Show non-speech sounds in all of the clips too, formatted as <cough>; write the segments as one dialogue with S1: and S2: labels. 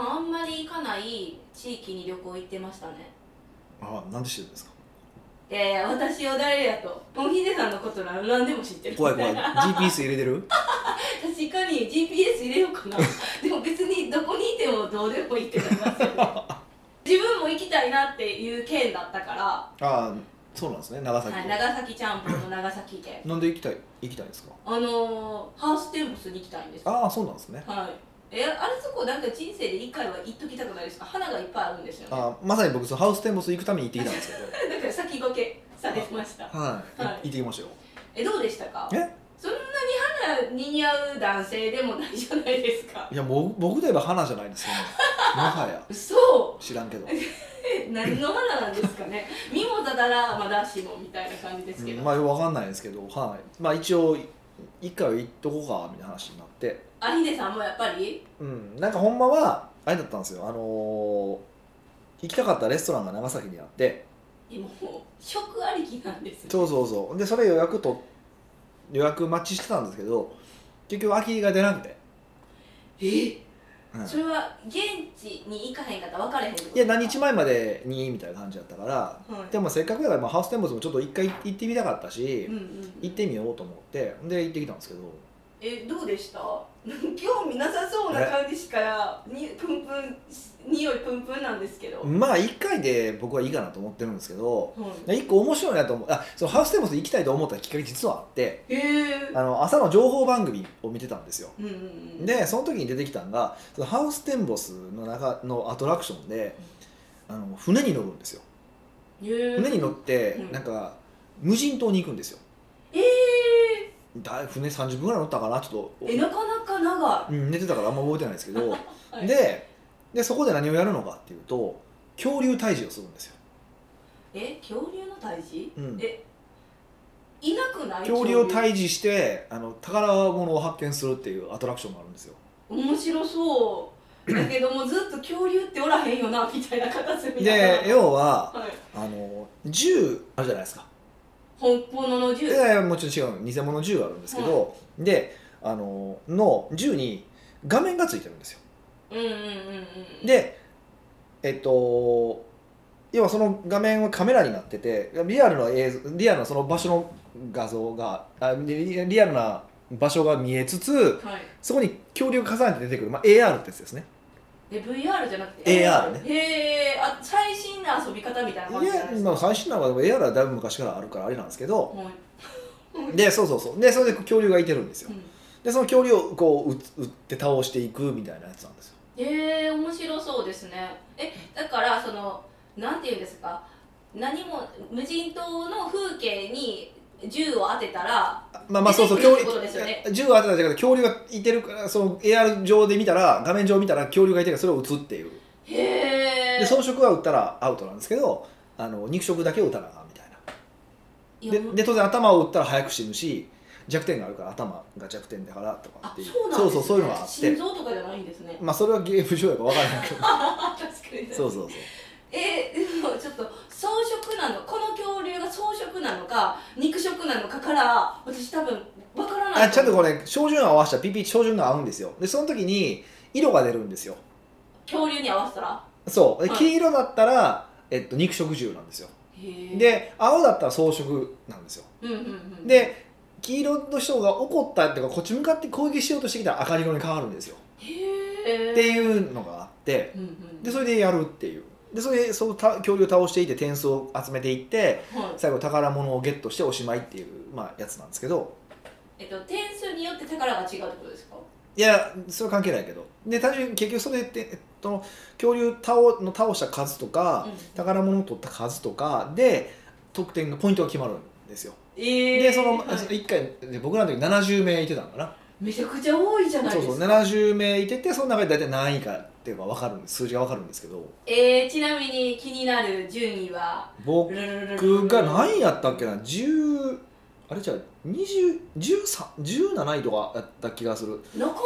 S1: 響かない地域に旅行行ってましたね
S2: ああなんで知ってるんですか
S1: いやいや私を誰やとおひでさんのことなら何でも知ってる
S2: 怖い怖い
S1: 確
S2: GPS 入れてる
S1: かに GPS 入れようかな <laughs> でも別にどこにいてもどうでもいいってなります
S2: <laughs>
S1: よね自分も行きたいなっていう県だったから、
S2: ああそうなんですね長崎、
S1: はい、長崎ちゃんぽんの長崎で
S2: なんで行きたい行きたいんですか
S1: あのー、ハウステンボスに行きたいんです
S2: ああそうなんですね
S1: はいえあれそこなんか人生で一回は行っときたくないですか花がいっぱいあるんですよね
S2: ああまさに僕そのハウステンボス行くために行ってきたんですけど
S1: <laughs>
S2: <laughs>
S1: だから先駆けされてました
S2: はい、
S1: はい
S2: 行ってきましたよ
S1: えどうでしたか
S2: え
S1: そんなに花に似合う男性でもないじゃないですか
S2: いやもう僕といえば花じゃないですよねもはや
S1: そう
S2: 知らんけど
S1: え何の花なんですか
S2: <laughs>
S1: ねミモザならまだしもみたいな感じですけど、
S2: うんまあ分かんないですけどはいまあ一応一回は行っとこうかみたいな話になって
S1: あひでさんもやっぱり
S2: うんなんかほんまはあれだったんですよあのー行きたかったレストランが長崎にあって
S1: えもう食ありきなんですね
S2: そうそうそうでそれ予約と予約待ちしてたんですけど結局空きが出なくて、
S1: え
S2: うん
S1: それは現地に行かへんかったら分かれへんってこと
S2: いや何日前までにみたいな感じだったから
S1: はい
S2: でもせっかくだからまあハウステンボスもちょっと一回行ってみたかったし、
S1: うんうんうん
S2: 行ってみようと思ってで行ってきたんですけど
S1: えどうでした興味なさそうな感じしからにプンプン匂いプンプンなんですけど、
S2: まあ1回で僕はいいかなと思ってるんですけど
S1: はい
S2: 一個面白いなと思うあそのハウステンボス行きたいと思ったきっかけ実はあって
S1: へえ
S2: あの朝の情報番組を見てたんですよ
S1: うんうんうん
S2: でその時に出てきたのがそのハウステンボスの中のアトラクションであの船に乗るんですよ船
S1: 船
S2: に乗って
S1: うん
S2: なんか無人島に行くんですよ
S1: え
S2: だい船30分ぐらい乗ったかなちょ
S1: ー、
S2: っ
S1: え
S2: と、
S1: なかなか長
S2: うん、寝てたからあんま覚えてないですけど、
S1: い、はい、
S2: ででそこで何をやるのかっていうと恐竜退治をするんですよ、
S1: え恐竜の退治
S2: うん
S1: えいなくない
S2: 恐竜を退治してあの宝物を発見するっていうアトラクションがあるんですよ
S1: 面白そうだ
S2: <clears throat>
S1: けどもずっと恐竜っておらへんよなみたいな片隅だ
S2: で
S1: は、
S2: 要はいあの銃あるじゃないですか
S1: 本物 <laughs> の
S2: い
S1: 銃
S2: やいやもちろん違う偽物の銃があるんですけど、であのの銃に画面がついてるんですよ
S1: うんうんうんうん
S2: でえっと要はその画面はカメラになっててリアルな映像リアルなその場所の画像があリリアルな場所が見えつつ
S1: はい
S2: そこに恐竜が重ねて出てくる、まあ、AR ってやつですね
S1: え VR じゃなくて
S2: AR ね
S1: へえあ最新な遊び方みたいな感じじゃないです
S2: いやま
S1: か
S2: あ最新なのは AR はだいぶ昔からあるからあれなんですけど
S1: はい
S2: でそうそうそうでそれで恐竜がいてるんですよ
S1: うん
S2: でその恐竜をこう撃つ撃って倒していくみたいなやつなんですよ
S1: えー、面白そうですねえだからそのなんていうんですか何も無人島の風景に銃を当てたら
S2: まあまあそうそう
S1: 出てく
S2: 恐
S1: る
S2: 竜
S1: ってことですよね
S2: 銃を当てたんだけど恐竜がいてるからその AR 上で見たら画面上見たら恐竜がいてるからそれを撃つっていう
S1: へえ
S2: で装飾は撃ったらアウトなんですけどあの肉食だけを撃たなあかんみたいない
S1: や
S2: でで当然頭を打ったら早く死ぬし弱点があるから頭が弱点だからとかっ
S1: あ
S2: ていう
S1: そうなんです、ね、
S2: そうそうそういうのがあって
S1: 心臓とかじゃないんですね
S2: まあそれはゲーム上やから分から
S1: <laughs>
S2: ないけど
S1: あ確かに
S2: そうそうそう
S1: えー、でもちょっと草食なのこの恐竜が草食なのか肉食なのかから私多分わからない
S2: あちゃんとこれ照準を合わせたらピピ照準が合うんですよでその時に色が出るんですよ
S1: 恐竜に合わせたら
S2: そうで
S1: はい
S2: 黄色だったら、えっと、肉食獣なんですよ
S1: へえ
S2: で青だったら草食なんですよ
S1: うんうんうん、
S2: で黄色の人が怒ったっていうかこっち向かって攻撃しようとしてきたら赤色に変わるんですよ
S1: へえ
S2: っていうのがあって
S1: うんうん、
S2: でそれでやるっていうでそれでそのた恐竜を倒していって点数を集めていって
S1: はい
S2: 最後宝物をゲットしておしまいっていう、まあ、やつなんですけど
S1: えっと、点数によって宝が違うってことですか
S2: いやそれは関係ないけどで単純に結局それって、えっと、恐竜倒の倒した数とか、
S1: うん
S2: 宝物を取った数とかで得点がポイントが決まるんですよ
S1: えー
S2: でその
S1: はい
S2: 1回で僕らの時70名いてたのかな
S1: めちゃくちゃ多いじゃない
S2: そ
S1: で
S2: う
S1: すか
S2: そう70名いててその中で大体何位かっていうのが分かるんです数字が分かるんですけど
S1: えー、ちなみに気になる順位は
S2: 僕
S1: ルルルルル
S2: 僕が何位やったっけな10あれじゃあ20 13 17位とかやった気がする
S1: なかなか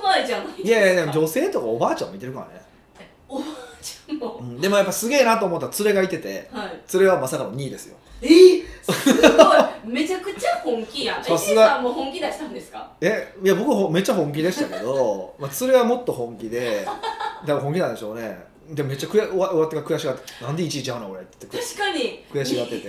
S1: うまいじゃないですか
S2: いやいやいや女性とかおばあちゃんもいてるからね、
S1: おばあちゃん
S2: う
S1: も
S2: んでもやっぱすげえなと思ったら連れがいてて
S1: はい
S2: 連れはまさかの2位ですよ
S1: えー、すごい <laughs> めちゃくちゃ本気やんえ
S2: さす
S1: T
S2: が
S1: さんも本気出したんですか
S2: <laughs> えいや僕ほめっちゃ本気でしたけど、まあ、連れはもっと本気でから本気なんでしょうねでめっちゃ悔や終わ終わってから悔しがってなんで1位ちゃうの俺って言って
S1: 確かに
S2: 悔しがってて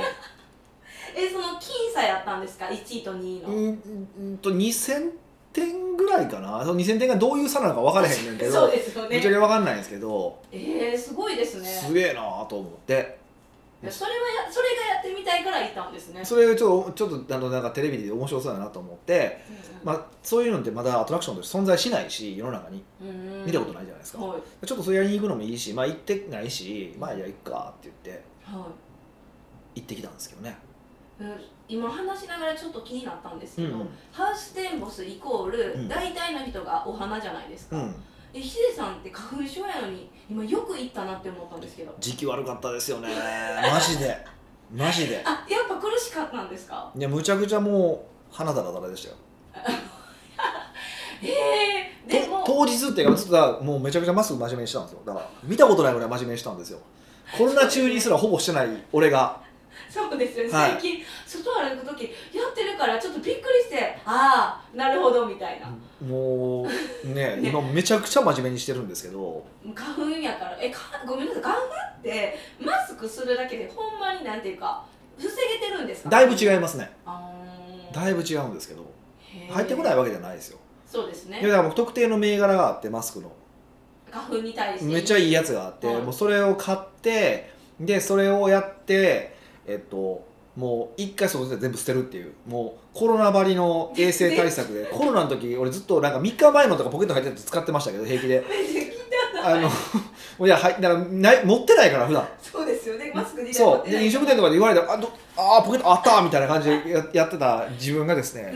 S1: えその僅差やったんですか1位と2位
S2: <laughs> う
S1: の、
S2: んうんと2000点ぐらいかなその2000点がどういう差なのか分からへんねんけ
S1: そ
S2: ど
S1: うですよ
S2: めっちゃけ
S1: ね
S2: 分かんないんですけど
S1: えー、すごいですね
S2: すげえなーと思って
S1: いやそれはやそれがやってみたいから行ったんですね
S2: それちょっとちょっとあのなんかテレビで面白そうだなと思って、ま
S1: ま
S2: あ、そういうのってまだアトラクションとして存在しないし世の中に見たことないじゃないですか、
S1: はい
S2: ちょっとそれやりに行くのもいいしまあ行ってないしまあいや行くかって言って
S1: はい
S2: 行ってきたんですけどね、
S1: うん今話しながらちょっと気になったんです
S2: う
S1: け
S2: ん
S1: ど、ハウステンボスイコー
S2: う
S1: ル
S2: ん
S1: 大体の人がお花じゃないです
S2: う
S1: か、
S2: ん、
S1: えヒデさんって花粉症やのに今よく行ったなって思ったんですけど
S2: 時期悪かったですよねマジでマジで
S1: あやっぱ苦しかったんですか
S2: いやむちゃくちゃもう花だらだらでしたよ
S1: ええ
S2: と
S1: でも
S2: 当日っていうかずっとだからもうめちゃくちゃマスク真面目にしたんですよだから見たことないぐらい真面目にしたんですよコロナ中にすらほぼしてない俺が
S1: そうですよね、
S2: はい
S1: 最近外歩く時やってるからちょっとびっくりしてああなるほどみたいな
S2: もうね
S1: ね
S2: 今めちゃくちゃ真面目にしてるんですけど
S1: 花粉やからえかごめんなさい花粉ってマスクするだけでほんまになんていうか防げてるんですか
S2: だいぶ
S1: う
S2: 違いますねだ
S1: い
S2: いぶ違うんですけど入ってこないわけじゃないですよ
S1: そうです
S2: いや
S1: ね
S2: だからもう特定の銘柄があってマスクの
S1: 花粉に対して
S2: めっちゃいいやつがあって、
S1: はい
S2: もうそれを買ってでそれをやってえっともう一回外で全部捨てるっていうもうコロナばりの衛生対
S1: <laughs>
S2: 策でコロナの時俺ずっとなんか3日前のとかポケット入ってたやつ使ってましたけど平気であの <laughs> いやはいだからない持ってないから普段
S1: そうですよねマスクに
S2: そうで飲食店と
S1: か
S2: かで言われてあどあーポケットあったみたいな感じでや <laughs> やってた自分がですね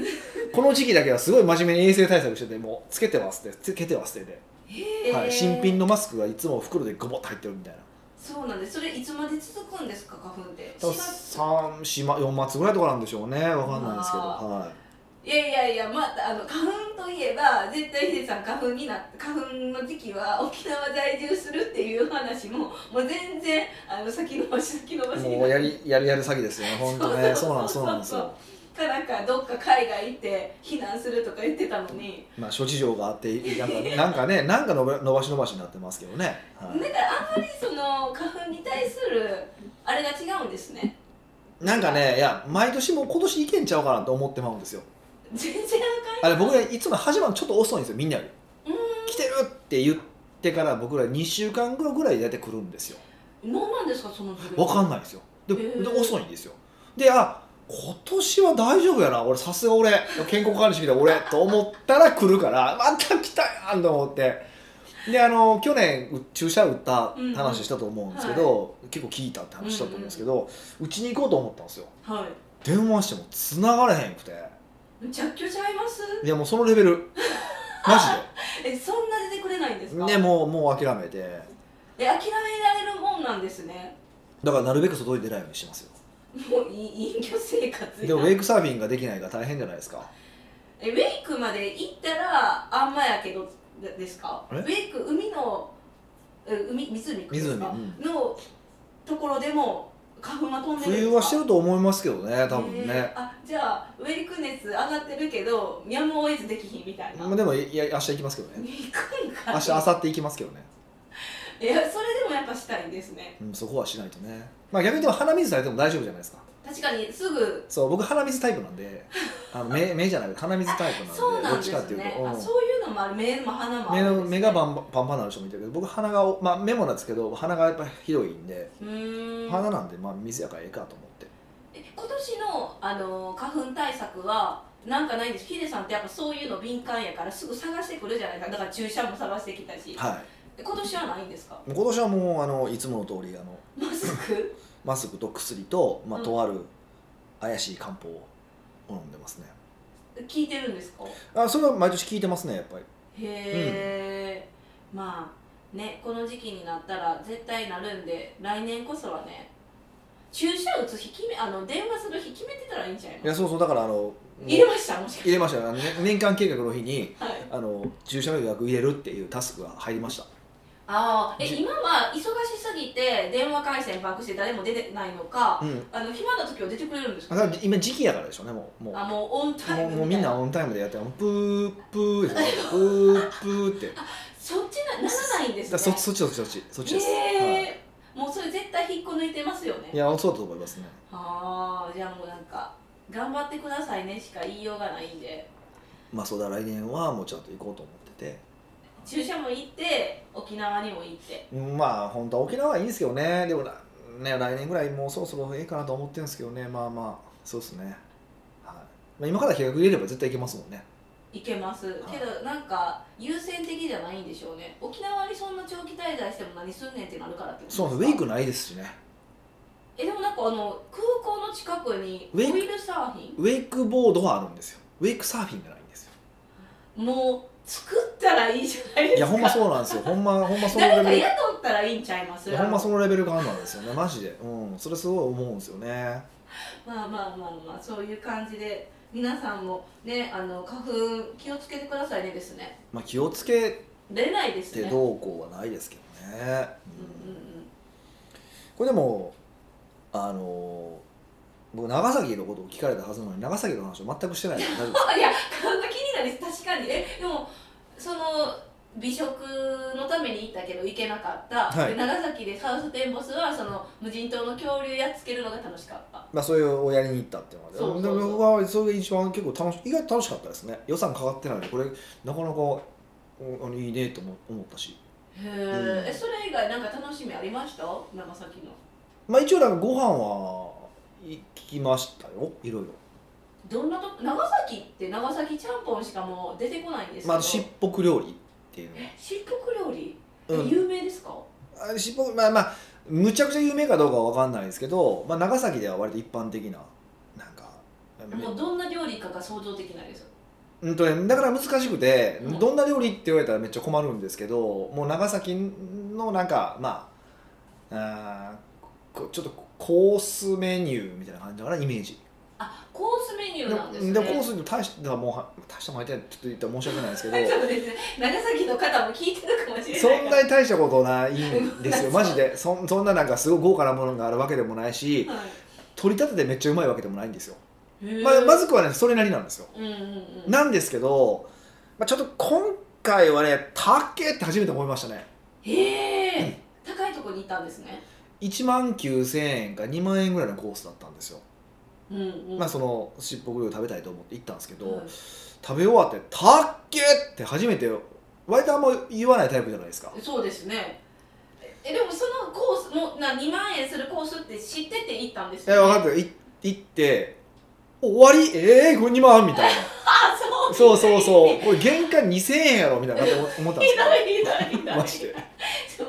S2: この時期だけはすごい真面目に衛生対策しててもうつけてますってつけては捨てて、はい、新品
S1: の
S2: のマスクがいつも袋でゴボッと入ってるみたいな
S1: そうなんですそれいつまで続くんですか花粉って
S2: 多分
S1: しば
S2: 3 4 4末ぐらいとかなんでしょうねわかんないですけど、
S1: あー
S2: はい
S1: やいやいやまたあの花粉といえば絶対ヒデさん花粉にな花粉の時期は沖縄在住するっていう話ももう全然あの先延ばし先延ば
S2: い、
S1: しにな
S2: もう
S1: っ
S2: やりやりやる詐欺ですよね本当
S1: <laughs>
S2: ねそうなんですそうなんですよ
S1: かなんかどっか海外行って避難するとか言ってたのに、
S2: まあ諸事情があってなんか <laughs> なんかねなんか伸ば伸ばし伸ばしになってますけどね、は
S1: だからあんまりその花粉に対するあれが違うんですね
S2: い、なんかねいや毎年もう今年いけんちゃうかなと思ってまうんですよ
S1: 全然あかん
S2: あれ僕らいつも始まるのちょっと遅いんですよみんなより
S1: う
S2: 来てるって言ってから僕ら2週間後ぐらいで大体来るんですよ
S1: 何なんですかそのズレ
S2: わかんないですよで
S1: へー
S2: で遅いんですよであ今年は大丈夫やな俺さすが俺健康管理してきた俺と思ったら来るからまた来たやんと思ってであの去年う注射打った話したと思うんですけど、結構聞いたって話したと思うんですけどうち、に行こうと思ったんですよ
S1: は
S2: 電話しても繋がれへんくて
S1: いめちゃくちゃ合います
S2: いやもうそのレベ <laughs> ルマジ
S1: えそんな出てくれないんです
S2: で
S1: か
S2: ねもうもう諦めて
S1: え諦められるもんなんですね
S2: だからなるべく外に出ないようにしてますよ
S1: もうい隠居生活
S2: でもウ
S1: や
S2: ェイクサーフィンができないから大変じゃないですか
S1: えウェイクまで行ったらあんまやけどでですかウ
S2: え
S1: ェイク海のえ海湖ですか
S2: 湖うん
S1: のところでも花粉は飛んでるんですか
S2: 冬はしてると思いますけどね多分
S1: へー
S2: ね、
S1: あじゃあウェイク熱上がってるけどやむを得ずできひんみたいな、
S2: まあ、でもいや明日行きますけどね
S1: 行くんか
S2: 明日明後日行きますけどね、
S1: いやそれでもやっぱしたいんですね
S2: うん、そこはしないとねまあ逆にでも鼻水されても大丈夫じゃないですか
S1: 確かにすぐ
S2: そう僕鼻水タイプなん
S1: <laughs>
S2: であの目目じゃない鼻水タイプなんで
S1: そうな
S2: ど
S1: ん
S2: っ
S1: で
S2: ちかっ
S1: す
S2: ていう
S1: ね
S2: と、うん
S1: あそういうのもある目も鼻もあ
S2: 目
S1: るん
S2: の
S1: ですね
S2: 目がパンパンパンなる人もいたけど僕鼻が、まあ、目もなんですけど鼻がやっぱひどいんで
S1: うーん
S2: 鼻なんでまあ水やからええかと思って
S1: え今年のあの花粉対策はなんかないんですヒデさんってやっぱそういうの敏感やからすぐ探してくるじゃないですかだから注射も探してきたし
S2: はい
S1: え今年はないんですか
S2: 今年はもうあのいつもの通りあの
S1: マスク
S2: マスクと薬と、まあ、
S1: うん
S2: とある怪しい漢方を飲んでますね、
S1: 聞いてるんですか
S2: あそれは毎年聞いてますねやっぱり
S1: へえ、まあねこの時期になったら絶対なるんで来年こそはね注射打つ日決めあの電話する日決めてたらいいんちゃい
S2: い
S1: ま
S2: や
S1: す
S2: そうそうだからあのもう
S1: 入れましたもしか
S2: 入れましたよあのね年間計画の日に
S1: はい
S2: あの注射の予約入れるっていうタスクが入りました
S1: ああえ
S2: じ
S1: 今は忙しすぎて電話回線バックして誰も出てないのか
S2: うん
S1: あの暇な時は出てくれるんです
S2: あ
S1: か
S2: だから今時期やからでしょうねもうもう
S1: あもうオンタイ
S2: も
S1: ム
S2: うもうみんな
S1: たい
S2: オンタイムでやってもうプープーですねプープーって
S1: そっちなならないんですね
S2: だそそっちそっちそっちそっちです、
S1: え
S2: は
S1: えもうそれ絶対引っこ抜いてますよ
S2: い、い
S1: ね
S2: やそうだと思いますね
S1: ああじゃあもうなんか頑張ってくださいねしか言いようがないんで
S2: まあそうだ来年はもうちゃんと行こうと思ってて
S1: 注射も行って沖縄にも行って
S2: うんまあ本当は沖縄はいいんですけどねでもなね来年ぐらいもうそろそろええかなと思ってるんですけどねまあまあそうですね、はいまあ、今から計画入れれば絶対行けますもんね
S1: 行けます
S2: はい
S1: けどなんか優先的じゃないんでしょうね沖縄にそんな長期滞在しても何すんねんってなるからってこと
S2: そうなん
S1: でか
S2: ですすウェイクないですしね
S1: えでもなんかあの空港の近くに
S2: ウェイク
S1: オイルサーフィ
S2: ウェイクボードはあるんですよウェイクサーフィンじゃないんですよ
S1: ンもう作ったらいいじゃないですか
S2: いやほんまそうなんです <laughs> よほんまほんまそのレ
S1: 誰か
S2: ベルい
S1: 雇ったらいいんちゃいます
S2: やほんまそのレベル感なんですよねマジでうんそれすごい思うんですよね
S1: まあまあまあまあそういう感じで皆さんもねあの花粉気をつけてくださいねですね
S2: まあ気をつけ
S1: 出ないです
S2: て
S1: ね
S2: どうこうはないですけどね、
S1: うん
S2: うん
S1: うんうん
S2: これでもあの僕長崎のことを聞かれたはずなのに長崎の話を全
S1: <laughs>
S2: くしてないので大丈夫ですか
S1: いや顔が気になり確かにえでもその美食のために行ったけど行けなかった、
S2: はい
S1: で長崎でハウステンボスはその無人島の恐竜やっつけるのが楽しかった
S2: まあそういうをやりに行ったっていうので
S1: そうそうそう
S2: で僕はそれが一番結構楽し意外と楽しかったですね予算かかってないのでこれなかなかおあのいいねとも思ったし
S1: へ
S2: うん
S1: ーえそれ以外なんか楽しみありました長崎の
S2: まあ一応なんかご飯はい聞きましたよいろいろ
S1: どんなと長崎って長崎ちゃんぽんしかもう出てこないんですけど、
S2: まあしっぽく料理っていうの
S1: え漆黒料理、え
S2: うん
S1: 有名ですか
S2: あしっぽくまあまあむちゃくちゃ有名かどうかは分かんないですけど、まあ、長崎では割と一般的ななんか
S1: もうどんな料理かが想像できないです
S2: うんとね、だから難しくて、
S1: うん
S2: どんな料理って言われたらめっちゃ困るんですけどもう長崎のなんかまああーこちょっとコースメニューみたいな感じだからイメージ
S1: あコースメニューなんですね
S2: でもコースに大したもうは大したもん入ってないちょっと言ったら申し訳ないですけど
S1: そうですね長崎の方も聞いてるかもしれないか
S2: そ
S1: ら
S2: んなに大したことないんです
S1: そ <laughs>
S2: よ
S1: う
S2: マジでそんそんななんかすごい豪華なものがあるわけでもないし
S1: はい
S2: 取り立ててめっちゃうまいわけでもないんですよ、
S1: へー
S2: まあ、まずくはねそれなりなんですよ
S1: うんうんうん
S2: なんですけど、まあ、ちょっと今回はね高えって初めて思いましたね
S1: へえ高いとこにいたんですね
S2: 1万9000円か2万円ぐらいのコースだったんですよ、
S1: うんうん
S2: まあそのしっぽグルー食べたいと思って行ったんですけど、
S1: はい
S2: 食べ終わって「たっけ!」って初めて割とあんま言わないタイプじゃないですか
S1: そうですねえでもそのコースもな2万円するコースって知ってて行ったんです
S2: え分かってい行って「終わりえー、これ2万?」みたい
S1: <laughs>
S2: な
S1: あそう
S2: そうそうそうこれ原価2000円やろみたいな思思ったんで
S1: ひ
S2: す
S1: どいひどいひ
S2: けどマジ
S1: ど
S2: で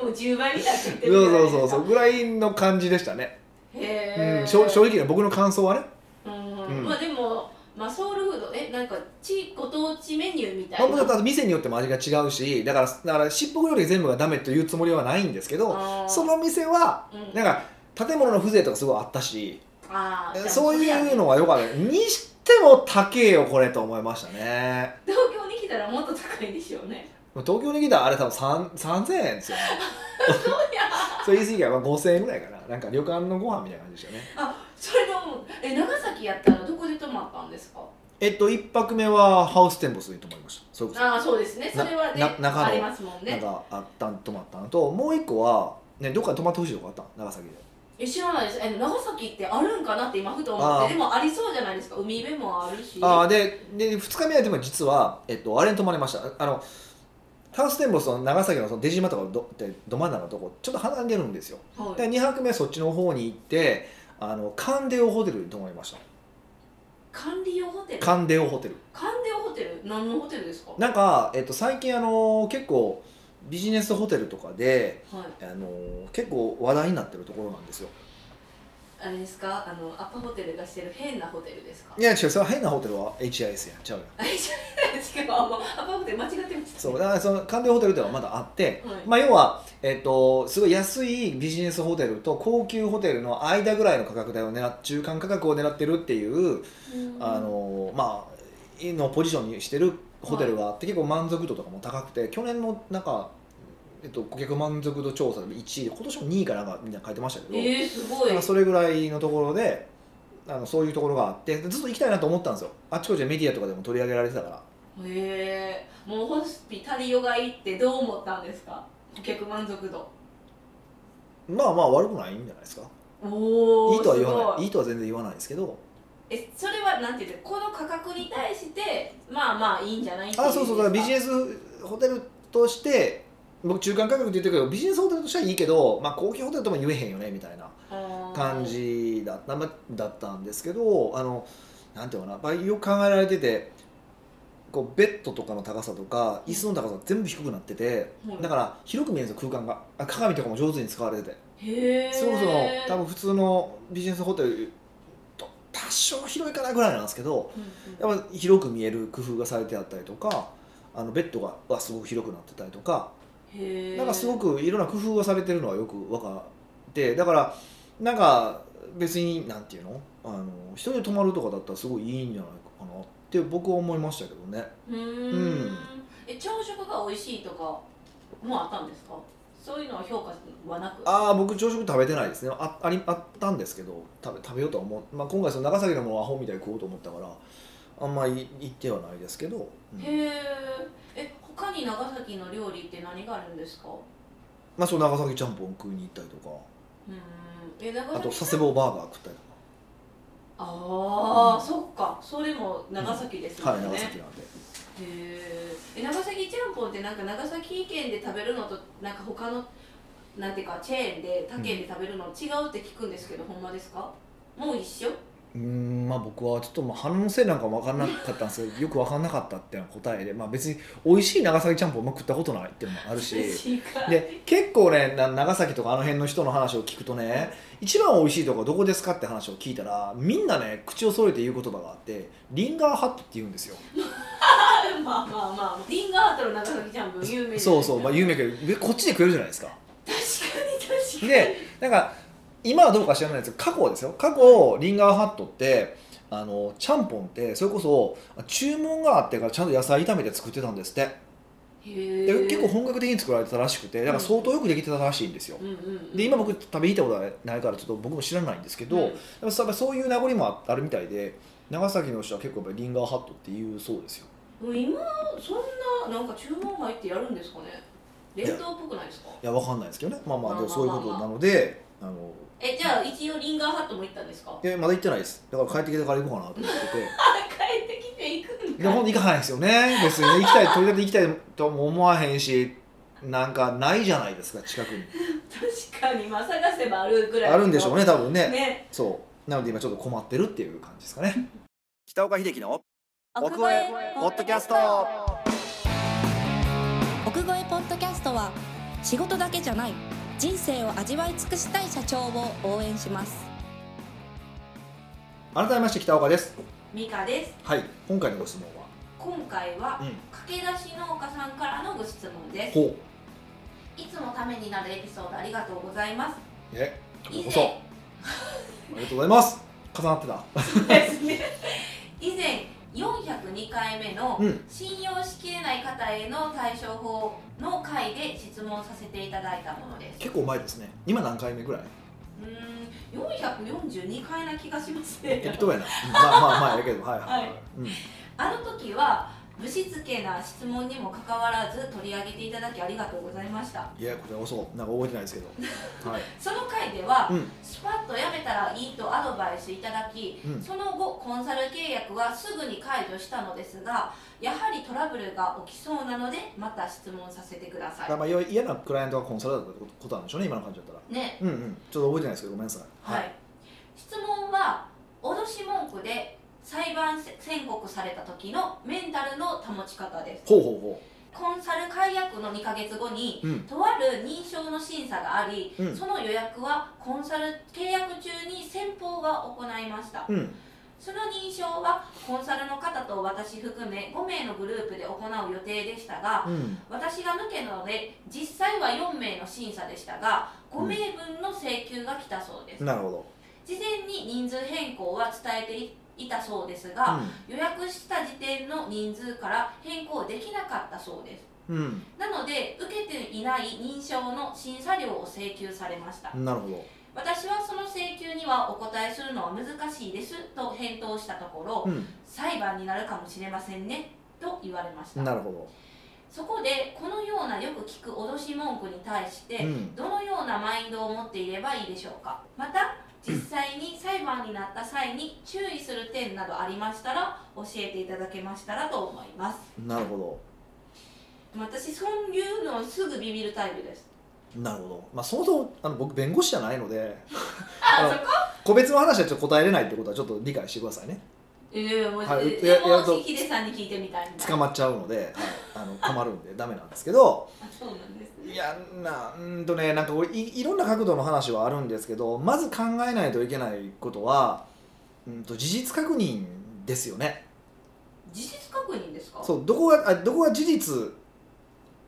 S1: いもう10倍になってきて
S2: そうそうそうそううぐらいの感じでしたね、
S1: へえ、
S2: うん、正正直な僕の感想はね
S1: うん
S2: うん
S1: まあでも、まあ、ソウルフードえなんか地ご当地メニューみたいな
S2: まあ、もちろん店によっても味が違うしだからだからしっぽく料理全部がダメというつもりはないんですけど
S1: あー
S2: その店は
S1: うん
S2: なんか建物の風情とかすごいあったし
S1: あーじゃあ
S2: そう
S1: れや
S2: い
S1: ね
S2: うのは良かったにしても高えよこれと思いましたね
S1: 東京に来たらもっと高いでしょうね
S2: 東京に来たらあれ多分3 3000円ですよねそれ言い過ぎやまあ5000円ぐらいかななんか旅館のご飯みたいな感じでしたね
S1: あそれでもえ長崎やったらどこで泊まったんですか
S2: えっと1泊目はハウステンボスに泊まりましたそれこそ
S1: ああそうですねそれはね
S2: なな中野
S1: ありますもん
S2: なん
S1: ね
S2: かあったん泊まったのともう一個は、ね、どっかに泊まってほしいとこあった長崎で
S1: え知らないですえ長崎ってあるんかなって今ふと思っ
S2: あー
S1: てでもありそうじゃないですか海辺もあるし
S2: あーでで2日目はでも実は、えっと、あれに泊まりましたあのハウステンボスの長崎のその出島とかどってど真ん中のとこちょっと離れてるんですよ
S1: はい
S2: で2泊目はそっちの方に行ってあのカンデオホテルに泊まりました
S1: 管理用ホテル
S2: カンデオホテル
S1: 管理用ホテル何のホテルですかは
S2: なんか、えっと、最近あの結構ビジネスホテルとかで
S1: い
S2: あの結構話題になってるところなんですよ
S1: あれですかあのアパホテルがしてる変なホテルですか
S2: いや違うそれは変なホテルは HIS やんちゃうやん
S1: <laughs> あれじゃないですけどあもうアパホテル間違ってました
S2: そうだからそのカンデオホテルっていうのはまだあって、
S1: はい
S2: まあ、要は、えっとすごい安いビジネスホテルと高級ホテルの間ぐらいの価格帯を狙っ中間価格を狙ってるっていう、
S1: うん
S2: あのまあのポジションにしてるホテルがあって、結構満足度とかも高くて去年のなんか、えっと、顧客満足度調査で1位今年も2位かなんかみんな書いてましたけど、
S1: えー、すごい
S2: なんかそれぐらいのところであのそういうところがあってずっと行きたいなと思ったんですよあっちこっちでメディアとかでも取り上げられてたから。
S1: へえもうホスピタリヨがいいってどう思ったんですか顧客満足度
S2: まあまあ悪くないんじゃないですか
S1: おお
S2: いいとは言わないい
S1: い
S2: いとは全然言わないですけど
S1: えそれはなんていうのこの価格に対してまあまあいいんじゃないってい
S2: あそうそうだからビジ
S1: ネ
S2: ネスホテルとして僕中間価格って言ってるけどビジネスホテルとしてはいいけど、まあ、高級ホテルとも言えへんよねみたいな
S1: ス
S2: 感じだった,、だったんですけどあのなんていうのかな、まあ、よく考えられててこうベッドとかの高さとか椅子の高さ全部低くなっててだから広く見えるんですよ空間があ鏡とかも上手に使われてて
S1: へえ
S2: そもそも多分普通のビジネスホテルと多少広いかなぐらいなんですけど
S1: うんうん
S2: やっぱ広く見える工夫がされてあったりとかあのベッドがはすごく広くなってたりとか
S1: へえ
S2: なんかすごくいろんな工夫がされてるのはよく分かってだからなんか別になんていうのあの一人で泊まるとかだったらすごいいいんじゃないかなって僕は思いましたけどね
S1: うー
S2: うん
S1: んえ朝食が美味しいとかもあったんですかそういうのは評価はなく
S2: ああ僕朝食食べてないですねあありあったんですけど食べ食べようとは思う、まあ、今回その長崎のものをアホみたいに食おうと思ったからあんまり行ってはないですけど、うん
S1: へええ他に長崎の料理って何があるんですか
S2: まあ、そう長崎ちゃんぽん食いに行ったりとか
S1: うーんえ長
S2: あと
S1: 崎
S2: 佐世保バーガー食ったりとか。
S1: ああ、
S2: うん
S1: そっかそれも長崎ですも
S2: はい、
S1: んね、
S2: 長
S1: へ
S2: 崎なんで。
S1: ええ長崎ちゃんぽんってなんか長崎県で食べるのとなんか他のなんていうかチェーンで他県で食べるの違うって聞くんですけど、ほんまですかもう一緒
S2: うーんまあ、僕はちょっとまあ鼻のせいなんかも分からなかったんですけどよく分からなかったっていうのが答えで、まあ、別に美味しい長崎ちゃんぽんも食ったことないっていうのもあるし
S1: 違う <laughs>
S2: で結構ねな長崎とかあの辺の人の話を聞くとね一番美味しいとこどこですかって話を聞いたらみんなね口を揃えて言う言葉があってリンガーハットって言うんですよ
S1: まあまあまあ、リンガーハートの長崎ちゃんぽん有名
S2: そうそう、まあ、
S1: 有
S2: 有名やけどえこっちで食えるじゃないですか
S1: 確かに確かに
S2: でなんか今はどうか知らないですけど過去ですよ過去リンガーハットってあのちゃんぽんってそれこそ注文があってからちゃんと野菜炒めて作ってたんですって
S1: へ
S2: で
S1: え
S2: 結構本格的に作られてたらしくてだから相当よくできてたらしいんですよ
S1: うんうんうん、
S2: で今僕食べに行ったことはないからちょっと僕も知らないんですけど、
S1: うん
S2: やっぱそうそういう名残もああるみたいで長崎の人は結構やっぱリンガーハットって言うそうですよ
S1: 今そんななんか注文入ってやるんですかね冷凍っぽくないですか
S2: いやわかんないですけどねまあまあ
S1: まあ
S2: で
S1: まあ
S2: もそういうことなのであの
S1: えじゃあ一応リンガーハットも行ったんですか
S2: いやまだ行ってないですだから帰ってきてから行こうかなと思ってて。
S1: 帰ってきて行くん
S2: いや
S1: だ
S2: ほんと行かないですよね別に行きたい取り立て行きたいとも思わへんしなんかないじゃないですか近くに
S1: 確かにまあ探せばあるぐらいの
S2: あるんでしょうね多分ね
S1: ね
S2: そうなので今ちょっと困ってるっていう感じですかね北岡秀樹の
S3: 奥越えポッドキャスト奥越えポッドキャストは仕事だけじゃない人生を味わい尽くしたい社長を応援します
S2: 改めまして北岡です
S1: ミカです
S2: はい今回のご質問は
S1: 今回は、
S2: うん
S1: 駆け出し農家さんからのご質問です
S2: ほう
S1: いつもためになるエピソードありがとうございます
S2: えこ
S1: 以
S2: こそ
S1: 前
S2: ありがとうございます重なってた
S1: ですね以前402回目の
S2: うん
S1: 信用しきれない方への対処法の回で質問させていただいたものです
S2: 結構前ですね今何回目ぐらいう
S1: ーん442回な気がしますね <laughs>
S2: 適当やな、うんまあまあまあやけどはいはい、
S1: はい
S2: うん
S1: あの時はぶしつけな質問にもかかわらず取り上げていただきありがとうございました
S2: いやこれこそなんか覚えてないですけどはい
S1: その回では、
S2: うん
S1: スパッとやめたらいいとアドバイスいただき、
S2: うん
S1: その後コンサル契約はすぐに解除したのですがやはりトラブルが起きそうなのでまた質問させてくださ
S2: だから
S1: い
S2: まあ要は嫌なクライアントがコンサルだったってことなんでしょうね今の感じだったら
S1: ね
S2: うんうんちょっと覚えてないですけどごめんなさい
S1: はい、質問は脅し文句で裁判宣告された時のメンタルの保ち方です
S2: ほうほうほ
S1: コンサル解約の2ヶ月後に
S2: ううん
S1: とある認証の審査があり、
S2: うん
S1: その予約はコンサル契約中に先方が行いました
S2: うん
S1: その認証はコンサルの方と私含め5名のグループで行う予定でしたが
S2: うん
S1: 私が抜けたので実際は4名の審査でしたが5名分の請求が来たそうです、
S2: なるほど
S1: 事前に人数変更は伝えていいたそうですが、予約した時点の人数から変更できなかったそうです
S2: うん
S1: なので受けていない認証の審査料を請求されました、
S2: うんなるほど
S1: 私はその請求にはお答えするのは難しいですと返答したところ、
S2: うん
S1: 裁判になるかもしれませんねと言われました
S2: なるほ
S1: そこでこのようなよく聞く脅し文句に対して、
S2: ど、うん、
S1: どのようなマインドを持っていればいいでしょうかまた実際に裁判になった際に注意する点などありましたら教えていただけましたらと思います
S2: なるほ
S1: 私そういうのすぐビビるタイプです
S2: どなるほどまあそもそもあの僕弁護士じゃないので
S1: あ
S2: あ
S1: そこ
S2: 個別の話はちょっと答えれないってことはちょっと理解してくださいね
S1: いやいやもう、
S2: はい
S1: で
S2: ややる
S1: も
S2: と
S1: ヒデさんに聞いてみたいみたい
S2: 捕まっちゃうので、はい、あの困るんでダメなんですけど
S1: あそうなんですね
S2: いやなうんとねなんか俺いいろんな角度の話はあるんですけどまず考えないといけないことは、うん、と事実確認ですよね
S1: 事実確認ですかう
S2: そうどこがあどこが事実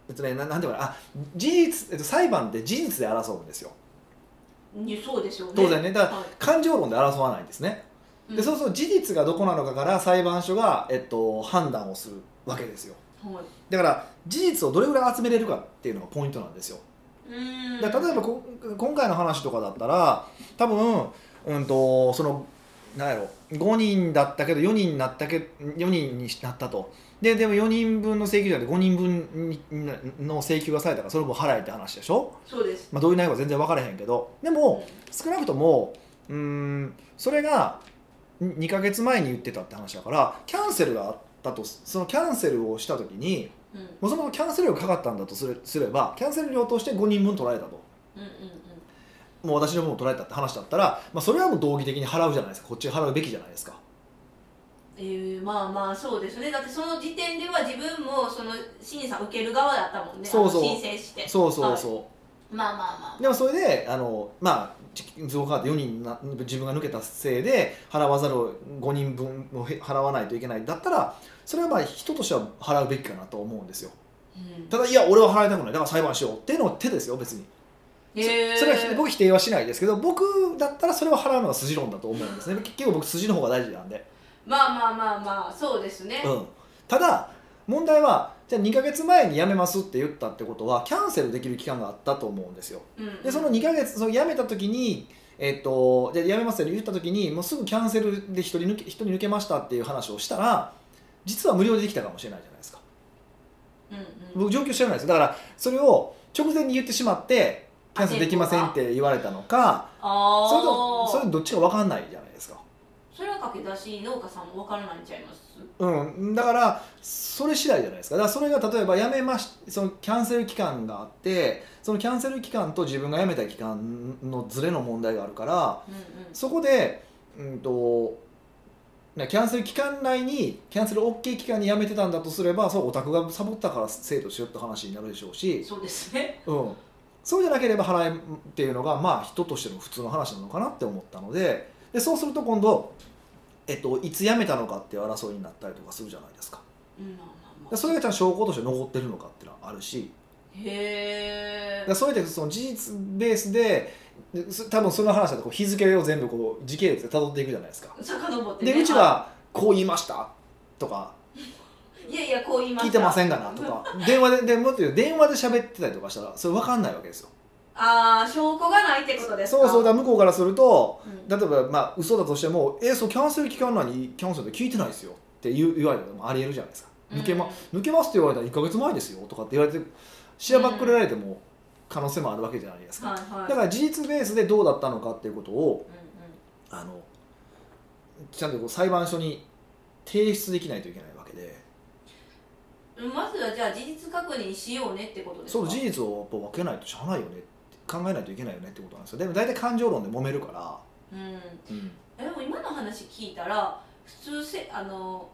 S2: えっとねななんていうかなあ事実、えっと、裁判って事実で争うんですよ
S1: そうでしょうね
S2: 当然ねだから
S1: は
S2: 感情論で争わないんですね
S1: い
S2: でそうすると事実がどこなのかから裁判所が、えっと、判断をするわけですよ
S1: うんはい
S2: だから事実をどれぐらい集めれるかっていうのがポイントなんですよ
S1: うーん
S2: だから例えばこ今回の話とかだったら多分、うん、とそのなんやろ5人だったけど4人になったけ4人になったとででも4人分の請求じゃなくて5人分にの請求がされたからそれも払えって話でしょ、
S1: そうです
S2: まあ、どういう内容か全然分からへんけどでも少なくともうーんそれが2ヶ月前に言ってたって話だからキャンセルがあったとそのキャンセルをした時に
S1: うんうん
S2: もうそのキャンセル料がかかったんだとすれすればキャンセル料として5人分取られたと
S1: うんうん
S2: もう私の分も取られたって話だったら、まあ、それはもう道義的に払うじゃないですかこっちが払うべきじゃないですか
S1: えー、まあまあそうですねだってその時点では自分もその審査受ける側だったもんね
S2: そうそう
S1: あの申請して
S2: そうそうそう、
S1: まあまあまあ
S2: でもそれであのまあち図を変わって4人な自分が抜けたせいで払わざるを5人分をへ払わないといけないだったらそれはまあ人としては払うべきかなと思うんですよ
S1: うん
S2: ただいや俺は払いたくないだから裁判しようっていうのは手ですよ別に
S1: えー、
S2: それはひ僕否定はしないですけど僕だったらそれは払うのが筋論だと思うんですね結構僕筋の方が大事なんで、
S1: まあまあまあまあそうですね、
S2: うん、ただ問題はじゃあ2ヶ月前に辞めますって言ったってことはキャンセルできる期間があったと思うんですよ
S1: うんうん
S2: でその2ヶ月その辞めた時にえっとじゃあ辞めますって言った時にもうすぐキャンセルで1人抜け一人抜けましたっていう話をしたら実は無料でできたかもしれないじゃないですか
S1: うんうん
S2: 僕状況知らないですよだからそれを直前に言ってしまってキャンセルできませんって言われたのか
S1: ああ
S2: それとそれどっちか分かんないじゃないですか
S1: それは駆け出し農家さんも分からないんちゃいます
S2: うんだからそれ次第じゃないですかだからそれが例えば辞めましそのキャンセル期間があってそのキャンセル期間と自分が辞めた期間のズレの問題があるから
S1: うんうん
S2: そこで、うん、とねキャンセル期間内にキャンセル OK 期間に辞めてたんだとすればそうオタクがサボったから生徒しようって話になるでしょうし、
S1: そうですね
S2: うん、そうじゃなければ払えっていうのがまあ人としての普通の話なのかなって思ったのででそうすると今度、えっと、いつ辞めたのかっていう争いになったりとかするじゃないですか
S1: うんまあまあま
S2: でそれがちゃんと証拠として残ってるのかっていうのはあるし
S1: あへえ
S2: だからそれでその事実ベースでです多分その話だとこう日付を全部こう時系列で辿っていくじゃないですか。
S1: 遡って、ね、
S2: でうちはこう言いましたとか
S1: いやいやこう言いました
S2: 聞いてませんがなと
S1: <laughs>
S2: か電話ででもっと言うと電話で喋ってたりとかしたらそれ分かんないわけですよ
S1: ああ証拠がないってことですか
S2: そうそうだ向こうからすると
S1: うん
S2: 例えばまあ嘘だとしても「えそうキャンセル期間内にキャンセルで聞いてないですよ」って言う言われたらもありえるじゃないですか「抜け,、ま抜けます」って言われたら1か月前ですよとかって言われてしらばっくれられても可能性もあるわけじゃないですか、
S1: はいはい
S2: だから事実ベースでどうだったのかっていうことを
S1: う
S2: あのちゃんとこう裁判所に提出できないといけないわけで。
S1: んうんまずはじゃあ事実確認しようねってことですか
S2: そう事実をやっぱ分けないとしゃあないよねって考えないといけないよねってことなんですよでも大体感情論で揉めるから、
S1: うん
S2: うん、
S1: でも今の話聞いたら普通せあの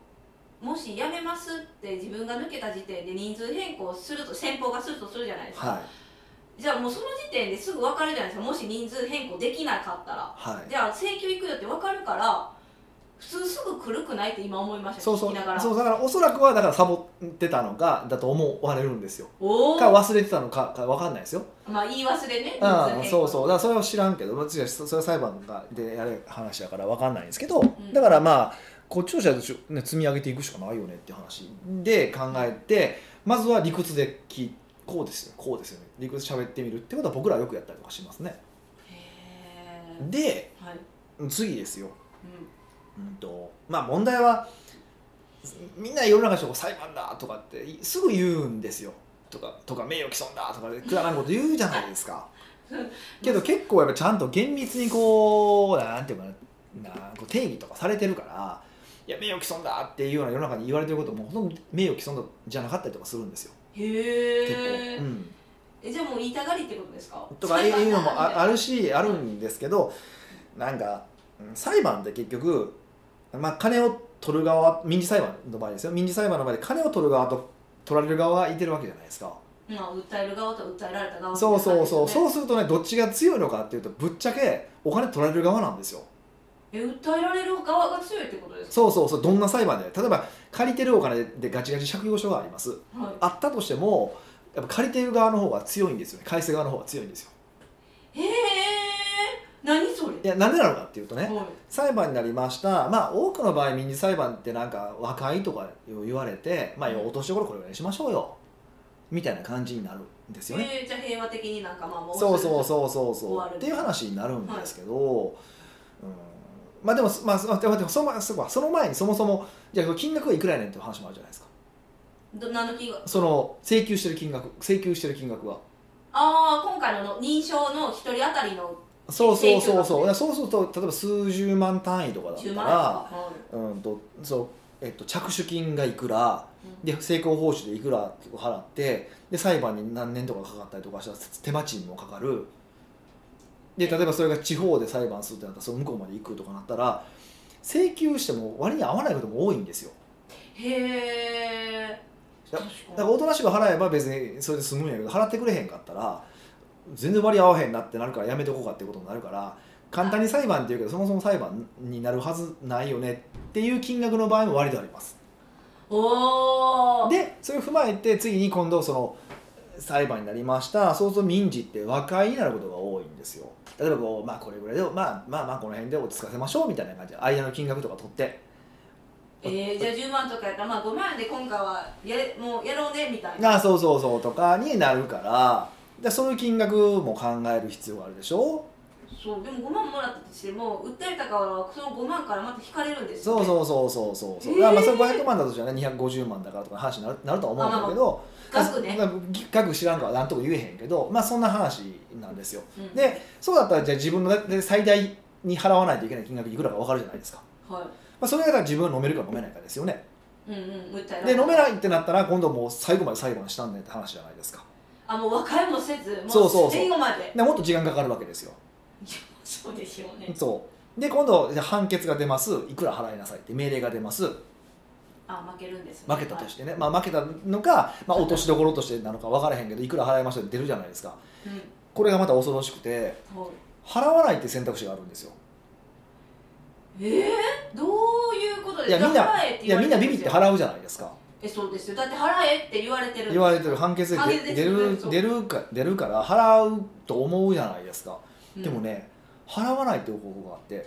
S1: もし辞めますって自分が抜けた時点で人数変更すると先方がするとするじゃないですか、
S2: はい
S1: じゃあもうその時点ですぐ分かるじゃないですかもし人数変更できなかったら
S2: はい
S1: じゃあ請求行くよって分かるから普通すぐ来るくないって今思いました
S2: そうそう
S1: 聞きながら
S2: そうだからおそらくはだからサボってたのがだと思われるんですよ
S1: お
S2: か
S1: お
S2: 忘れてたのかか分かんないですよ、
S1: まあ言い忘れね
S2: うん、そうそううだからそれは知らんけど私はそそれは裁判がでやる話だから分かんないんですけど、
S1: ん
S2: だからまあこっちとしては、ね、積み上げていくしかないよねっていう話で考えてまずは理屈で聞いこうですよこうですよね理屈喋ってみるってことは僕らはよくやったりとかしますね
S1: へえ
S2: で
S1: はい、
S2: 次ですよ、
S1: う
S2: うんとまあ、問題はみんな世の中の人が裁判だとかっていすぐ言うんですよとかとか名誉毀損だとかでくだらんこと言うじゃないで
S1: <laughs>
S2: すかけど結構やっぱちゃんと厳密にこうなんていうかななこう定義とかされてるからいや名誉毀損だっていうような世の中に言われてることもほとんど名誉毀損じゃなかったりとかするんですよ結
S1: へ
S2: 構。う
S1: ー
S2: ん
S1: えじゃあもう言いたがりってことですか
S2: とか
S1: 裁判だ
S2: いうのもああるしある
S1: み
S2: んですけどなんかうん裁判って結局、まあ、金を取る側民事裁判の場合ですよ民事裁判の場合で金を取る側と取られる側がいてるわけじゃないですか
S1: たいなまあ訴える側と訴えられた側みたい
S2: そう
S1: な
S2: そうそう
S1: 感
S2: そうするとねどっちが強いのかっていうとぶっちゃけお金取られる側なんですよ
S1: じですねえ訴えられる側が強いってことですか
S2: そうそうそうどんな裁判で例えば借りてるお金ででガチガチ借用書があります
S1: は
S2: あったとしてもやっぱ借りてる側の方が強いんですよね返す側の方が強いんですよ
S1: いへえ何それ
S2: いやなんでなのかっていうとね
S1: はい
S2: 裁判になりました、まあ、多くの場合民事裁判ってなんか和解とか言われて、まあ、お年頃これぐらいにしましょうよみたいな感じになるんですよね。
S1: えーじゃあ平和的になんかまあも
S2: そうそう
S1: う
S2: そうそうそ
S1: 終わ
S2: う
S1: る
S2: っていう話になるんですけど、うんまあでも、まあ、そでもでもそのそこはその前にそもそもじゃあ金額がいくらやねんっていう話もあるじゃないですか
S1: ど何の金額
S2: その請求してる金額請求してる金額は
S1: ああ今回の認証の一人当たりの
S2: そうそうそう
S1: 請
S2: そ
S1: 求
S2: う、
S1: 額
S2: そうすると例えば数十万単位とかだった
S1: 10万
S2: ら
S1: は
S2: うんとそう、えっと、着手金がいくら
S1: い
S2: で成功報酬でいくら払ってで裁判に何年とかかかったりとかしたら手間賃もかかるで例えばそれが地方で裁判するってなったらその向こうまで行くとかなったら請求しても割に合わないことも多いんですよ
S1: へえ
S2: だ
S1: 確
S2: だ
S1: か
S2: からおとなしく払えば別にそれで済むんやけど払ってくれへんかったら全然割合合わへんなってなるからやめとこうかってことになるから簡単に裁判っていうけどそもそも裁判になるはずないよねっていう金額の場合も割とあります
S1: おお
S2: でそれを踏まえて次に今度その裁判になりましたそうすると民事って和解になることが多いんですよ例えばこうまあこれぐらいで、まあ、まあまあこの辺で落ち着かせましょうみたいな感じで間の金額とか取って
S1: えー、じゃあ10万とかやったら、まあ、5万円で今回はやれもうやろうねみたいな
S2: あそうそうそうとかになるからでそういう金額も考える必要があるでしょ
S1: そうでも5万もらったとしても訴えた側はその5万からまた引かれるんですよ、
S2: そう
S1: ね、う
S2: そうそうそうそうそう、
S1: えー
S2: あまあそれ500万だとしたらね250万だからとかの話になるなるとは思うんだけど
S1: 額ね、
S2: 額知らんから何とも言えへんけどまあそんな話なんですよ
S1: うん、
S2: でそうだったらじゃあ自分のだで最大に払わないといけない金額いくらか分かるじゃないですか、
S1: は
S2: まあ、それがだから自分は飲めるか飲めないかですよね
S1: いうんうん訴えら
S2: で
S1: れた
S2: 飲めないってなったら今度もう最後まで裁判したんねって話じゃないですか
S1: あもう和解もせずも
S2: そうそうそう
S1: 最後まで <laughs>
S2: でもっと時間かかるわけですよ
S1: いやそうですよね
S2: そうで今度じゃあ判決が出ますいくら払いなさいって命令が出ます
S1: あ負けるんです、ね、、
S2: 負けたとしててね、まあ、負けたのか、まあ、落としどころとしてなのか分からへんけどいくら払いましたって出るじゃないですか
S1: はい
S2: これがまた恐ろしくて
S1: うんはい
S2: 払わないって選択肢があるんですよ
S1: えー、どういうことです
S2: いやみんな
S1: 払えって
S2: い
S1: 言
S2: や
S1: われて
S2: みんな
S1: る
S2: ビ
S1: ん
S2: ビ
S1: で
S2: っ
S1: す
S2: て
S1: よ
S2: 払うじゃないですか
S1: えそうですよだって払えって言われてるんです
S2: 言われてる判決で
S1: 判決です
S2: 出る
S1: そう
S2: 出るか出るから払うと思うじゃないですか、
S1: うん
S2: でもね払わないという方法があって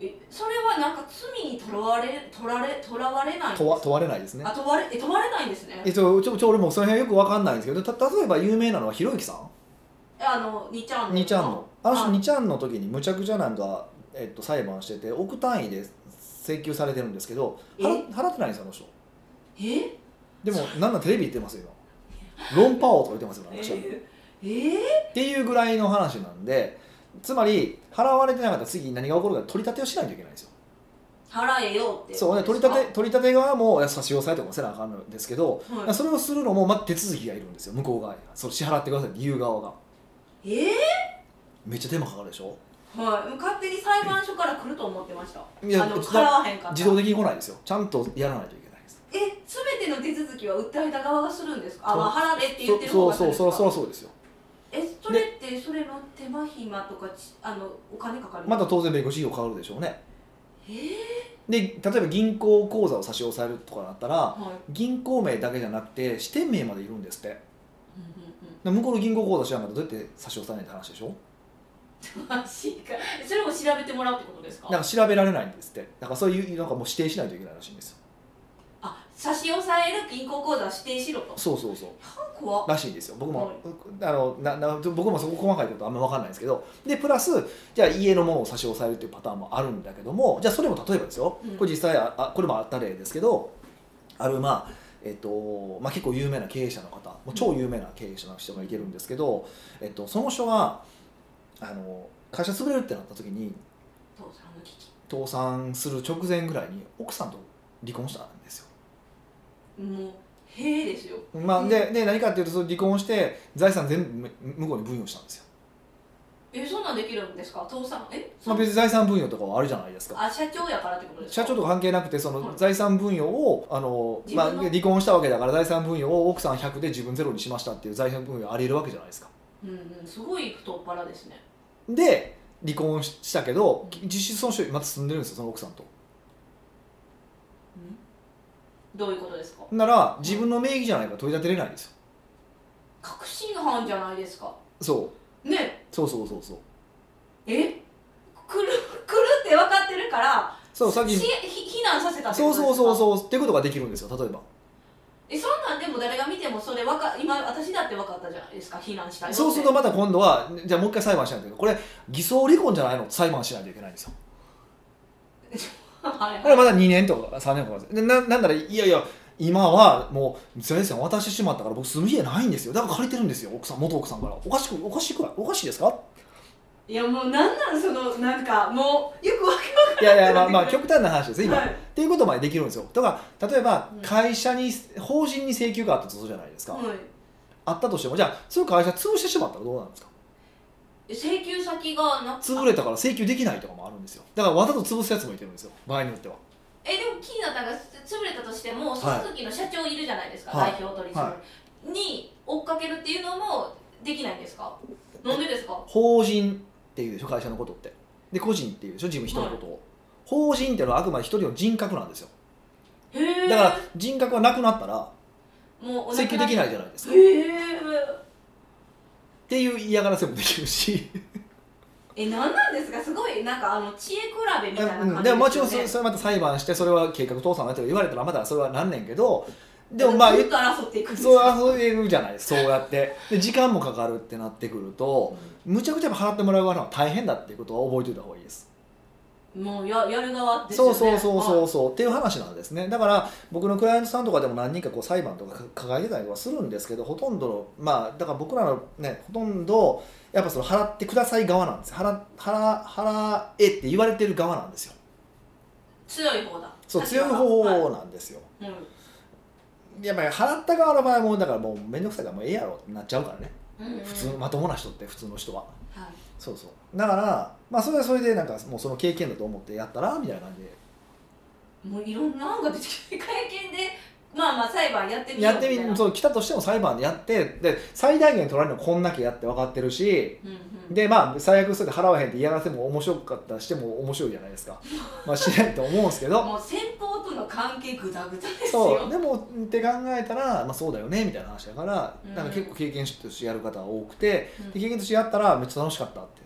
S1: えそれはなんか罪にとらわれとられとらわれないんです
S2: 問わ問われないですね
S1: あ問われえ問われないんですね
S2: えちょちょちょ俺もその辺よくわかんないんですけどた例えば有名なのはひろゆきさ
S1: あの二ちゃん
S2: んにちゃんのあの人
S1: あ
S2: にちゃんの時にむちゃくちゃなんか、えっと、裁判してて億単位で請求されてるんですけど払払ってないんですよあの人
S1: え
S2: でもなんなんテレビ言ってますよ今論破王とか言ってますよあ
S1: え
S2: の人
S1: ーえー
S2: っていうぐらいの話なんでつまり払われてなかったら次何が起こるか取り立てをしないといけないんですよ
S1: 払えよって
S2: そうね取り立て取り立て側も差し押さえとかもせなあかんのですけど、
S1: て、はい
S2: それをするのもまあ手続きがいるんですよ向こう側にそれ支払ってください理由側が
S1: え
S2: めっちゃ手間かかるでしょ
S1: ーはい、もう勝手に裁判所から来ると思ってました
S2: いや
S1: あの
S2: 自動
S1: 払わへんかった
S2: 自動的に来ないですよちゃんとやらないといけないです
S1: え全ての手続きは訴えた側がするんですかあ、まあ、払えって言ってる方
S2: そ
S1: が
S2: うそうそうそう
S1: す
S2: そ
S1: る
S2: うん
S1: ですか
S2: そうですよ
S1: えそれってそれの手間暇とかちあのお金かかる
S2: また当然弁護士費用かかるでしょうね
S1: えー
S2: で例えば銀行口座を差し押さえるとかなったら
S1: はい
S2: 銀行名だけじゃなくて支店名までいるんですって
S1: うんうんうん
S2: で向こうの銀行口座知らんかったらどうやって差し押さえないって話でしょ
S1: <laughs> マジかそれも調べてもらうってことですか
S2: なんか調べられないんですってだからそういうなんかもう指定しないといけないらしいんですよ
S1: あ差し押さえる銀行口座を指定しろと
S2: そうそうそう
S1: ハンコは
S2: らしいんですよ僕も、あのなな僕もそこ細かいことあんま分かんないんですけどでプラスじゃあ家のものを差し押さえるっていうパターンもあるんだけどもじゃあそれも例えばですよ、
S1: うん
S2: これ実際ああこれもあった例ですけどあるまあえっとまあ、結構有名な経営者の方もう超有名な経営者の人がいてるんですけど、えっと、その人があの会社潰れるってなった時に
S1: 父さんの危機
S2: 倒産する直前ぐらいに奥さんと離婚したんですよ。
S1: もうへえですよ
S2: まあ、でで何かっていうとその離婚して財産全部む向こうに分与したんですよ。
S1: えそんなんできるんですか父さんえ、
S2: まあ、別に財産分与とかはあるじゃないですか
S1: あ社長やからってことですか
S2: 社長とか関係なくてそ
S1: は
S2: の
S1: い
S2: 財産分与をあの、
S1: 自
S2: まあ、
S1: 分の
S2: 離婚したわけだから財産分与を奥さん100で自分ゼロにしましたっていう財産分与ありえるわけじゃないですか
S1: うんうんすごい太っ腹ですね
S2: で離婚したけど実質損傷また住んでるんですよその奥さんと
S1: どういうことですか
S2: なら自分の名義じゃないから取り立てれないんですよ
S1: 確信犯じゃないですか
S2: そう
S1: ね
S2: そうそうそうそう
S1: え来る来るって分かってるから
S2: そうさっき
S1: しひ避難させたってこ
S2: そ
S1: と
S2: う
S1: ですか
S2: そうそうそうっていうことができるんですよ例えば
S1: えそんなんでも誰が見てもそれわか今私だって分かったじゃないですか避難したよって
S2: そうするとまた今度はじゃあもう一回裁判しないといけないこれ偽装離婚じゃないのって裁判しないといけないんですよ
S1: <laughs> はい
S2: これまだ2年とか3年とかでななんならいやいや今はもう財産渡してしまったから僕住む家ないんですよだから借りてるんですよ奥さん元奥さんからおかしくおかしくないおかしいですか
S1: いやもうなんなんそのなんかもうよくわか
S2: いやいやまあまあ極端な話です
S1: る
S2: 今、
S1: はい
S2: っていうことまでできるんですよだから例えば
S1: うん
S2: 会社に法人に請求があったとするじゃないですか、
S1: はい
S2: あったとしてもじゃあその会社潰してしまったらどうなんですか
S1: 請求先がな
S2: 潰れたから請求できないとかもあるんですよだからわざと潰すやつもいてるんですよ場合によっては
S1: えでも金田さんが潰れたとしてもその時の社長いるじゃないですか、
S2: はい
S1: 代表取締役、
S2: は
S1: に追っかけるっていうのもできないんですかなんでですか
S2: 法人っていうでしょ会社のことってで個人っていうでしょ自分一人のことを、法人っていうのはあくまで一人の人格なんですよ
S1: へえ
S2: だから人格がなくなったら
S1: もう
S2: 請求でき
S1: い
S2: ないじゃないですかっ
S1: へ
S2: ていう嫌がらせもできるし
S1: ええなんなんですかすごいなんかあの知恵比べ <laughs> みたいな感じ
S2: うんでももちろん
S1: です
S2: そ
S1: よ
S2: れ
S1: ね
S2: それまた裁判してそれは計画倒産だって言われたらまだそれはなんねんけどでもまあ
S1: ずっと争っていくんです
S2: そう
S1: か
S2: 遊べるじゃないそうやってで時間もかかるってなってくるとむちゃくちゃ払ってもらう側は大変だっていうことは覚えておいた方がいいです
S1: もうややる側ですよ
S2: そ
S1: ね
S2: うそうそうそ
S1: は
S2: うそう、っていう話なんですねだから僕のクライアントさんとかでも何人かこう裁判とか抱えてたりはするんですけどほとんどのまあだから僕らのねほとんどやっぱその払ってください側なんです払払払えって言われてる側なんですよ
S1: い強い方だ
S2: そう
S1: 立場
S2: 強い
S1: が
S2: 方なんですよ、
S1: はい
S2: やっぱり払った側の場合もだからもう面倒くさいからもうええやろってなっちゃうからね
S1: うんうんうん
S2: 普通まともな人って普通の人は
S1: はい
S2: そうそうだからまあそれはそれでなんかもうその経験だと思ってやったらみたいな感じで
S1: もういろんな案が出てきて <laughs> 会見でまあまあ裁判やってみよう
S2: やってみ
S1: みたいな
S2: そう来たとしても裁判でやってで最大限取られるのはこんだけやって分かってるし
S1: うんうん、
S2: でまあ最悪それで払わへんって嫌がらせも面白かったらしても面白いじゃないですか、
S1: <laughs>
S2: まあ、しないと思うんですけど
S1: もう先方との関係ぐだぐだです
S2: そう
S1: よ
S2: でもって考えたら、まあ、そうだよねみたいな話だから
S1: うん
S2: なんか結構経験としてやる方が多くて
S1: うん
S2: で経験としてやったらめっちゃ楽しかったって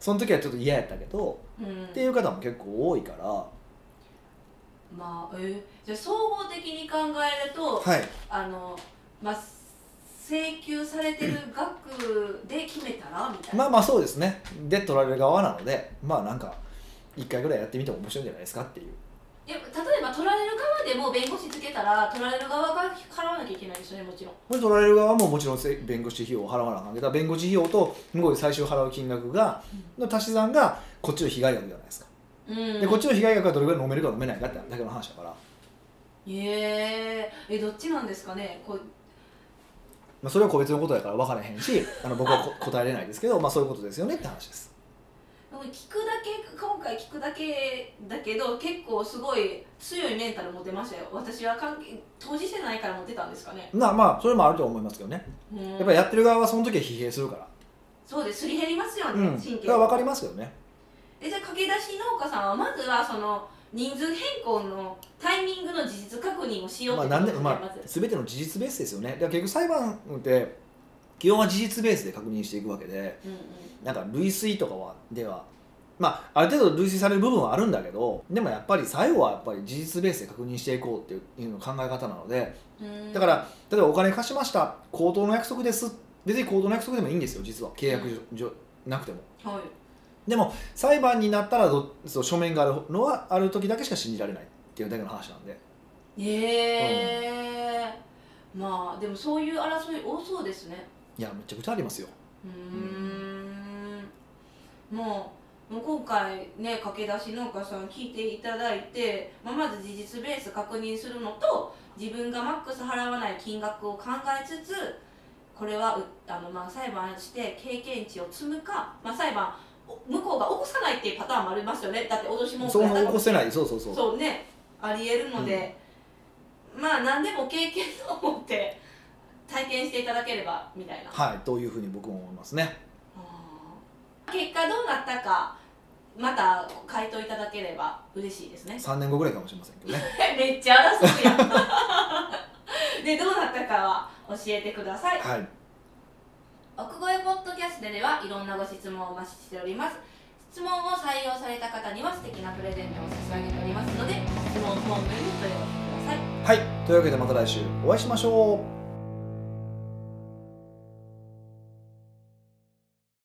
S2: その時はちょっと嫌やったけど
S1: うん
S2: っていう方も結構多いからは
S1: まあえーじゃあ総合的に考えると、
S2: い
S1: あのまあ請求されてる額で決めたらみたいな、
S2: まあまあそうですねで取られる側なのでまあなんか一回ぐらいやってみても面白いんじゃないですかっていう
S1: でも例えば取られる側でも弁護士つけたら取られる側が払わなきゃいけないですよねもちろん
S2: これ取られる側ももちろんせ弁護士費用を払わなあかんけど弁護士費用と向こうで最終払う金額がの足し算がこっちの被害額じゃないです
S1: う
S2: か、
S1: ん
S2: でこっちの被害額がどれぐらい飲めるか飲めないかってだけの話だから、ま
S1: えー、えどっちなんですかねこう
S2: あ、それは個別のことだから分からへんしあの僕はこ答えれないですけど、まあ、そういうことですよねって話です
S1: 聞くだけ今回聞くだけだけど結構すごい強いメンタル持てましたよ私は関係当事者ないから持てたんですかね
S2: まあまあそれもあると思いますけどね
S1: うん
S2: やっぱりやってる側はその時は疲弊するから
S1: そうですすり減りますよ
S2: う
S1: ね、
S2: んそ
S1: 神経
S2: れは分かりますよね
S1: えじゃあ駆け出し農家さんはまずはその人数変更のタイミングの事実確認をしよう
S2: まあ
S1: って
S2: なんで
S1: ですね
S2: まあ
S1: ず
S2: 全ての事実ベースですよねだから結局裁判って基本は事実ベースで確認していくわけで
S1: うんうん
S2: なんか類推とかはではまあ、ある程度類推される部分はあるんだけどでもやっぱり最後はやっぱり事実ベースで確認していこうっていういうの考え方なので
S1: うん
S2: だから例えばお金貸しました口頭の約束です別に口頭の約束でもいいんですよ実は契約上なくても
S1: はい
S2: でも裁判になったらどそう書面があるのはある時だけしか信じられないっていうだけの話なんで
S1: ええまあでもそういう争い多そうですね
S2: いやめちゃくちゃありますよ
S1: うーんもうもう今回ね駆け出し農家さん聞いていただいて、まあ、まず事実ベース確認するのと自分がマックス払わない金額を考えつつこれはうあの、まあ、裁判して経験値を積むか、まあ、裁判お向こうが起こさないっていうパターンもありますよねだって脅し文句
S2: そ
S1: や
S2: う
S1: ったかもしれ
S2: 起
S1: ない
S2: こせないそうそうそう
S1: そうねありえるので、まあ何でも経験を持って体験していただければみたいな、
S2: はいというふうに僕も思いますね
S1: うん結果どうなったかまた回答いただければ嬉しいです <laughs> ね
S2: 3年後ぐらいかもしれませんけどね
S1: めっちゃ争うや <laughs> んでどうなったかは教えてください
S2: はい
S1: 奥越ポッドキャストではいろんなご質問をお待ちしております質問を採用された方には素敵なプレゼントを差し上げておりますので質問フォームにお問い合わせください
S2: はいというわけでまた来週お会いしましょう